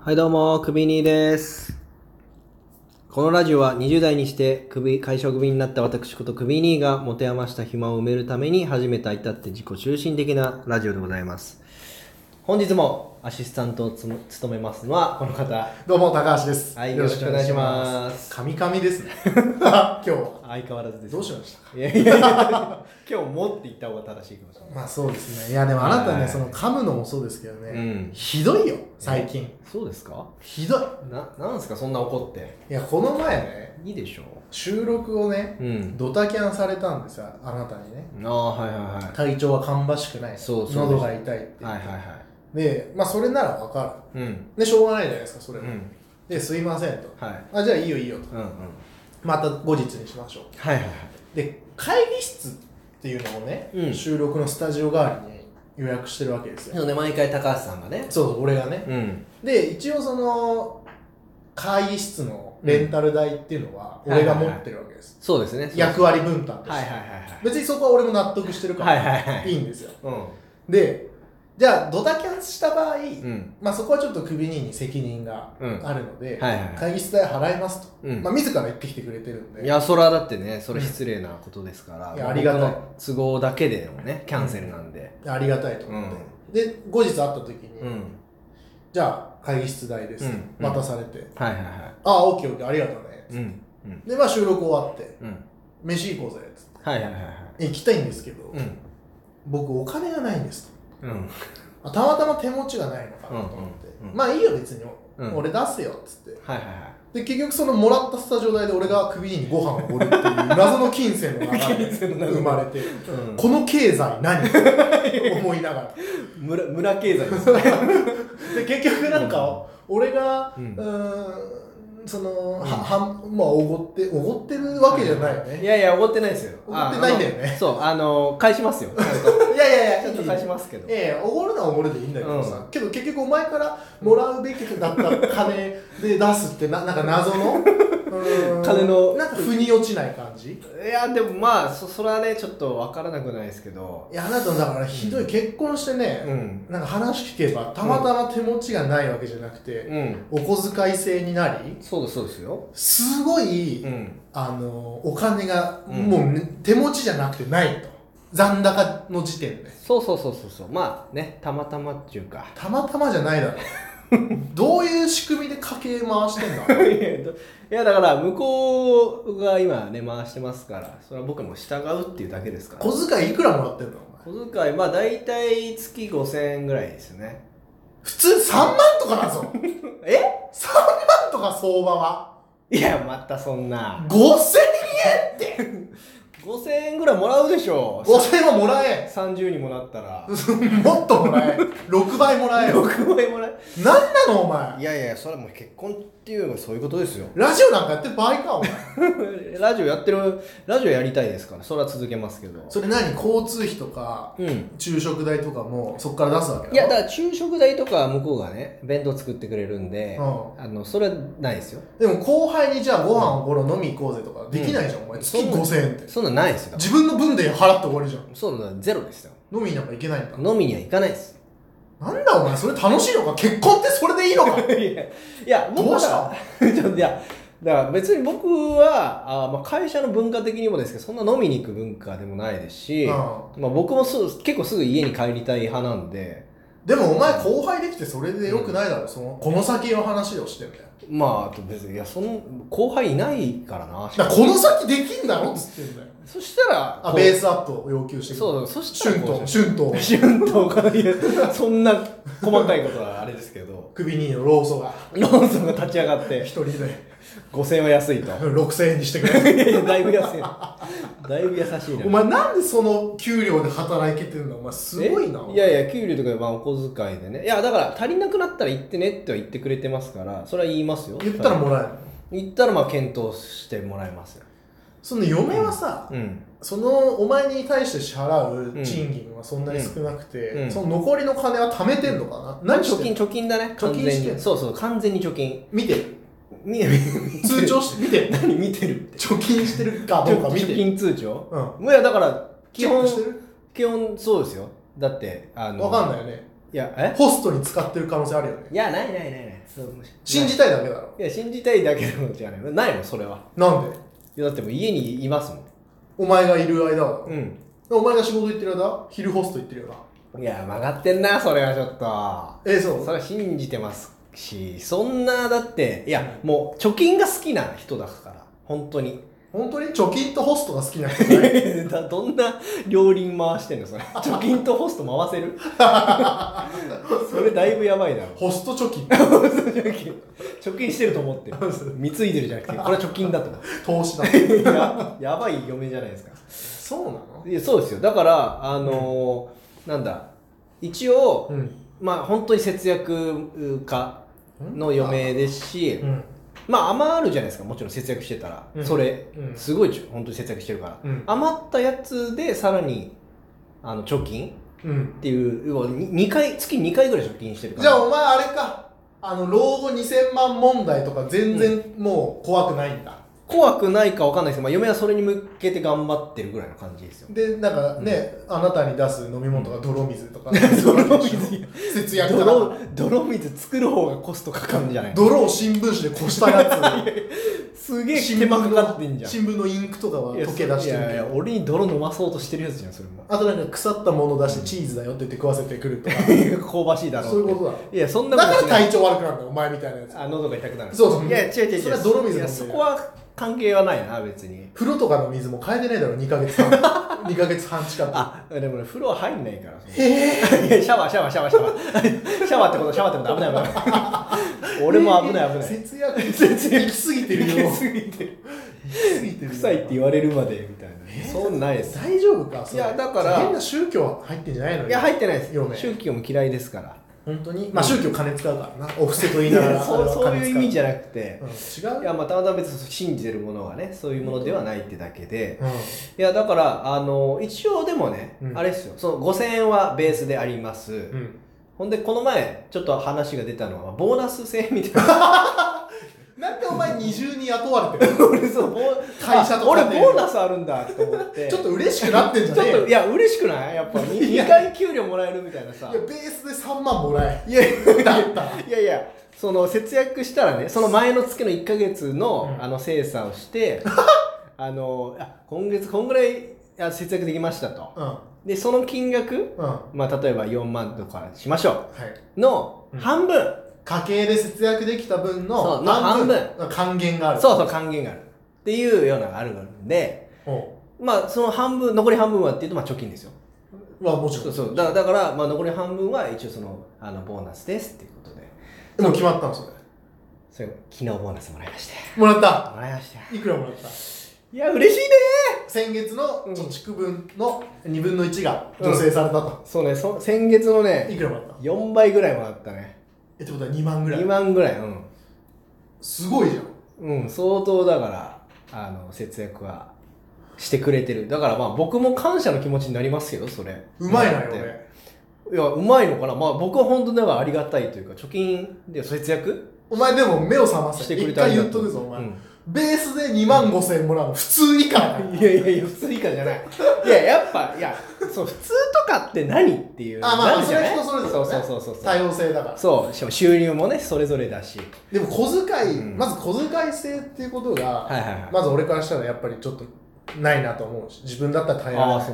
はいどうも、クビニーです。このラジオは20代にしてクビ、会社をクビになった私ことクビニーが持て余した暇を埋めるために始めた至って自己中心的なラジオでございます。本日もアシスタントをつむ務めますのはこの方。どうも高橋です。はいよろしくお願いしますカミカミ ですね。今日は相変わらずです。どうしましたか。いやいやいや今日もって言った方が正しいかもしれない。まあそうですね。いやでもあなたはねいその噛むのもそうですけどね、うんひどいよ最近。そうですかひどい。な、なんすかそんな怒って。いやこの前ねいいでしょ収録をねう。うん。ドタキャンされたんですよあなたにね。ああ、はいはいはい。体調は芳しくない。そうそう喉が痛いって。はいはいでまあそれならわかはい。うん。る。でしょうがないじゃないですかそれうは、ん。ですいませんと。はい。あじゃあいいよいいよと。うんうん。はいまた後日にしましょう。はいはい。で会議室っていうのをね、うん収録のスタジオ代わりに予約してるわけですそよ、うね、毎回高橋さんがね。そうそう俺がね、うん。で一応その会議室のレンタル代っていうのはうん俺が持ってるわけです、そうですね。役割分担として、はいはいはい別にそこは俺も納得してるかはい。はいらはいはいい。いんですよ、うでじゃあドタキャンした場合、ん。うん。まあ、そこはちょっと首に責任があるので、はいはいは会議室代払いますと、うんまあ、自ら言ってきてくれてるんでい。いや、それはだってね、それ失礼なことですから。うんいやありがたい僕の都合だけでのね、キャンセルなんで。ありがたいと思って、で後日会った時に、うん。じゃあ会議室代でうす、ん渡されて、はいはいはああオッケーオッケーありがとうね、い。うん。うん。でまあ収録終わってうん。飯行こうぜっつってはいはいはいはい。行きたいんですけど、うん。僕お金がないんですうん。とあたまたま手持ちがないのかなと思って、うんうんうんまあいいよ別に、うん俺出すよっつってはいはいはで結局そのもらったスタジオ代で俺が首にご飯をおるっていう謎の金銭の流金銭の流れれが生まれて、い。うんこの経済何思いながら村村経済ですね。で結局なんか俺がううんんんそのんははまあおごっておごってるわけじゃないよいねやいや、怒ってないですよ。怒ってないんだよあねあのそう、あの、返しますよ。ちゃんといやいやいやちゃんと返しますけど。ええおごるのはおごるでいいんだけどさ、うけど結局お前からもらうべきだった金で出すってななんか謎の うーん金のなんか腑に落ちない感じいいやでもまあそそれはねちょっと分からなくないですけどやあなただからひどい結婚してね、うんなんか話聞けばたまたま手持ちがないわけじゃなくて、うんお小遣い制になりそうですそうですよすごい、うんあのお金がうんもうね、手持ちじゃなくてないと残高の時点でそうそうそうそうそうまあねたまたまっていうか たまたまじゃないだろどういう仕組みで家計回してんだいやどいやだから向こうが今ね回してますからそれは僕も従うっていうだけですから小遣いいくらもらってんのお前小遣いまあ大体月5000円ぐらいですね普通3万とかだぞ3 え万とか相場はいやまたそんな5000円って5000円ぐらいもらうでしょ5000円はもらえ30にもなったら もっともらえ6倍もらえよ6倍もらえ何なのお前いやいやそれはもう結婚っていうのはそういうことですよラジオなんかやってる場合かお前ラジオやってるラジオやりたいですからそれは続けますけどそれ何交通費とかうん昼食代とかもそっから出すわけいやだから昼食代とかは向こうがね弁当作ってくれるんで、うあのそれはないですよでも後輩にじゃあご飯おごろう飲み行こうぜとかできないじゃん、お前月そうなん5000円ってそんなんないですよ自分の分で払って終わりじゃんそうなんゼロですよ飲みになんか行けないんだ飲みには行かないですなんだお前それ楽しいのか結婚ってそれでいいのかいやいや僕はどうした ちょっといやだから別に僕はあー、まあ、会社の文化的にもですけどそんな飲みに行く文化でもないですし、うんまあ、僕もそう結構すぐ家に帰りたい派なんででもお前後輩できてそれでよくないだろ、そのこの先の話をしてんだよまああと別にいやその後輩いないからなだからこの先できんだろっつってんだよそしたらあこうベースアップを要求してくるそうそう、そしたら春こ闘う春闘春闘がいやそんな細かいことはあれですけど、首にの老祖がローソンが立ち上がっ一て、人で5000円は安いと。 6000円にしてく れいやいや、だいぶ安いな。だいぶ優しいな。お前なんでその給料で働いてんだお前すごいなえいやいや、給料とかまあお小遣いでね。いや、だから足りなくなったら言ってねっては言ってくれてますから、それは言いますよ。言ったらもらえるの言ったらまあ検討してもらえますよ。その嫁はさ、うん。そのお前に対して支払う賃金はそんなに少なくて、うんうんその残りの金は貯めてんのかな、何し貯て金、んの貯金だね。完貯金全してんに。のそうそう、完全に貯金。見てる見、見、通帳して見てる何見てるって。貯金してるかどうか見貯てる金通帳うんいや、だから、基基本本、してる基本そうですよだってあのわかんないよねいや、えホストに使ってる可能性あるよねいや、ないないないない。そう信じたいだけだろいや、信じたいだけのじゃない。ないの、それは。なんでいや、だってもう家にいますもん。お前がいる間はうん。お前が仕事行ってる間昼ホスト行ってるよないや、曲がってんな、それはちょっと。えそうそれは信じてますし、そんな、だって、いや、もう貯金が好きな人だから、本当に。 本当に貯金とホストが好きな人ねだどんな両輪回してんの、それ。貯金とホスト回せる それだいぶやばいだろ。 ホスト貯金 貯金貯金してると思ってる。貢いでるじゃなくて、これは貯金だと。投資だい ややばい嫁じゃないですか。そうなのいやそうですよだからあのーなんだ一応、んまあ本当に節約家の嫁ですし、うんまあ余るじゃないですかもちろん節約してたら、うんそれ、うんすごいちゅ本当に節約してるから、うん余ったやつでさらにあの貯金うんっていううわに二回月2回ぐらい貯金してるからじゃあお前あれかあの老後2000万問題とか全然もう怖くないんだ、怖くないかわかんないですけど、まあ、嫁はそれに向けて頑張ってるぐらいの感じですよでなんかね、あなたに出す飲み物とか泥水とか、 泥水節約だから泥泥水作る方がコストかかるんじゃない泥を新聞紙でこしたや すげえつ手間かかってんじゃん新聞のインクとかは溶け出していやいやる俺に泥飲まそうとしてるやつじゃんそれも あとなんか腐ったもの出してチーズだよって言って食わせてくるとか香ばしいだろそういうってことだろいやそんなだこからとしない体調悪くなるんだよお前みたいなやつあ喉が痛くなるそうそういや違う違う違うそれは泥水いやの問そ題こは関係はないな別に風呂とかの水も変えてないだろ2ヶ 月半2ヶ月半近くあでもね風呂入んないからえ いやシャワーシャワーシャワーシャワー シャワーってことシャワーってこと危ない 危ない俺も危ない危ない節約節約行き過ぎてるよ行き過ぎてる行き過ぎてる よ臭いって言われるまでみたいな、そんないです大丈夫かそれいやだから変な宗教入ってんじゃないのいや入ってないです嫁宗教も嫌いですから本当にまあ宗教金使うからなお布施と言いな がらそうそういう意味じゃゃなくて、違いうやよまあたまたま別に信じてるものがねそういうものではないってだけで、うんいやだからあの一応でもね、うんあれですよその5000円はベースであります、うんほんでこの前ちょっと話が出たのはボーナス制みたいななんでお前二重に雇われてるの俺 そうボー会社とかあで俺ボーナスあるんだと思ってちょっと嬉しくなってんじゃちょねっえよといや嬉しくないやっぱ 2, いや回給料もらえるみたいなさいやベースで3万もらえいやいやだったらいやいやその節約したらねその前の月の1か月の,、うんあの精査をして あのあ今月こんぐらいあ節約できましたとうんでその金額、うんはまあ、例えば4万とかしましょいうのうん半分、家計で節約できた分そうのの還元があるそうそう還元があるっていうようなのがあるんでおまあその半分残り半分はっていうとまあ貯金ですようはもちろんそうそうだだから、まあ、残り半分は一応そのあのボーナスですっていうことでもう決まったのそれそれ昨日ボーナスもらいましてもらったもらいましたいくらもらったいや嬉しいね先月の貯蓄分の2分の1が助成されたと、そうねそ先月のねいくらもらった4倍ぐらいもらったねえってことは2万ぐらい2万ぐらいうん、すごいじゃんうん、相当だからあの節約はしてくれてるだからまあ僕も感謝の気持ちになりますけどそれうまいなだよって俺いやうまいのかなまあ僕は本当だからありがたいというか貯金で節約お前でも目を覚ましせてくれ一た回りだ言っとくぞお前、うんベースで2万5千円もらうの普通以下だからいやいやいや普通以下じゃないいややっぱいやそう普通とかって何っていうあまあなるじゃないそれは人それぞれそだうねそうそうそうそう多様性だからそうしかも収入もねそれぞれだしでも小遣い、うんまず小遣い制っていうことが、はいはいはいまず俺からしたらやっぱりちょっとないなと思うし自分だったら耐えられない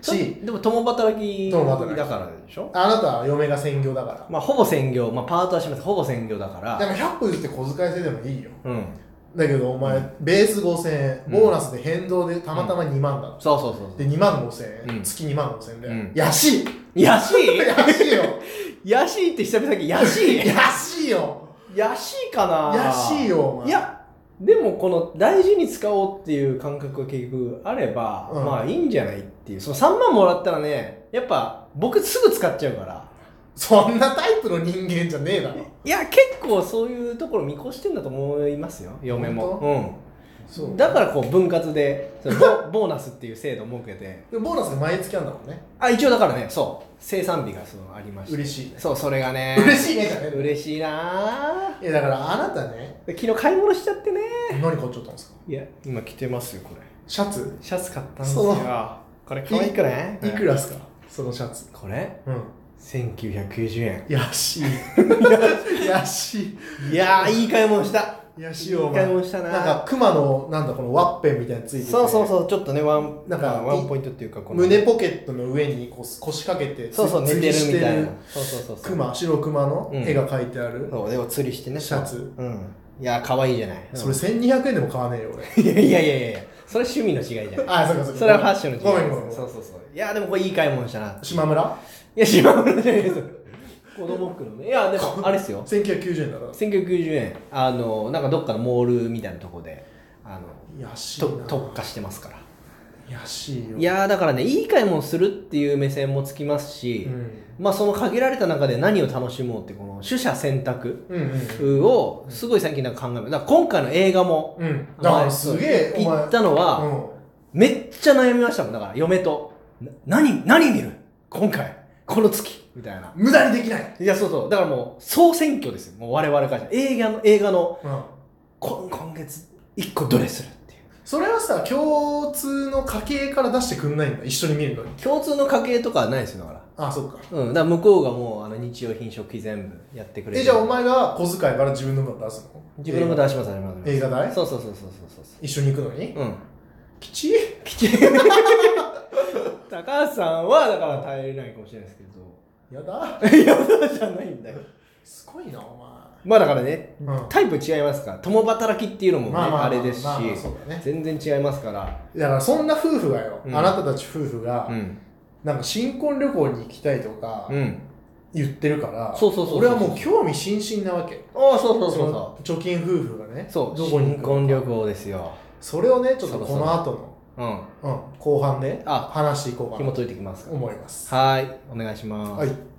しでも共働き共働きだからでしょあなたは嫁が専業だかまあほぼ専業まあパートはしますほぼ専業だかららでも100歩譲って小遣い制でもいいようんだけどお前ベース5000円ボーナスで変動でたまたま2万だ、そうそうそうそうで2万5000円、うん月2万5000円で、うん安い 安い安いよ安いって久々に安い安いよ安いかな安いよお前いやでもこの大事に使おうっていう感覚が結局あれば、うんまあいいんじゃないっていうその3万もらったらねやっぱ僕すぐ使っちゃうからそんなタイプの人間じゃねえだろいや結構そういうところ見越してんだと思いますよ嫁も、そうん、うだからこう分割でそのボボーナスっていう制度を設けてでボーナスが毎月あるんだもんねあ一応だからねそう生産日がそのありまして嬉しいねそうそれがね嬉しいねじゃねえ嬉しいなあいやだからあなたねで昨日買い物しちゃってね何買っちゃったんですかいや今着てますよこれシャツシャツ買ったんですそようこれ可愛くないいくらっすかそのシャツこれうん1990円や しいやしいいやーいい買い物したやしいおいい前買い物したなんか熊のなんだこのワッペンみたいなのついててそうそうそうちょっとねワンなんかまあワンポイントっていうかこの胸ポケットの上にこう腰掛けてそうそう寝釣てりしるみたいなそうそうそうそう熊白熊のうん絵が描いてある、そうでも釣りしてねシャツうんいやー可愛いじゃないそれ1200円でも買わねえよ いや俺いやいやいやそれ趣味の違いじゃないあそうかそうかそれはファッションの違いごめんごめんごめんそうそうそういやでもこれいい買い物したな島村いや島村じゃないです子供服のねいやでもあれですよ1990円だから1990円あのなんかどっかのモールみたいなとこであの安いとな特化してますから安いよいやーだからねいい買い物するっていう目線もつきますし、うんまあその限られた中で何を楽しもうってこの取捨選択うんうんをすごい最近なんか考えるだから今回の映画もうんだからすげえお前行ったのは、うんめっちゃ悩みましたもんだから嫁とな何何見る今回この月みたいな無駄にできない、いやそうそうだからもう総選挙ですよもう我々からしたら映画の映画のうん、こ今月一個どれするっていうそれはさ共通の家計から出してくんないんだ一緒に見るのに共通の家計とかはないですよだかあそっからうんだから向こうがもうあの日用品食費全部やってくれてえじゃあお前が小遣いから自分の分出すの自分のこと出します出します映画代そうそうそうそうそうそ一緒に行くのにううんきちいきち高橋さんはだから耐えれないかもしれないですけどやだいやそうじゃないんだよすごいなおまあだからね、うんタイプ違いますから共働きっていうのも前ね、まあまああれですし、まあまあそうだね全然違いますから、だからそんな夫婦がよ、うんあなたたち夫婦が、うんなんか新婚旅行に行きたいとかうん、言ってるから、そうそうそうそう俺はもう興味津々なわけああそうそうそうそその貯金夫婦がねうそうどこに行新く婚旅行ですよ、それをねちょっとそろそころの後のうん、うん、後半であ話していこうか紐なと解いてきますから思いますはーいお願いします、はい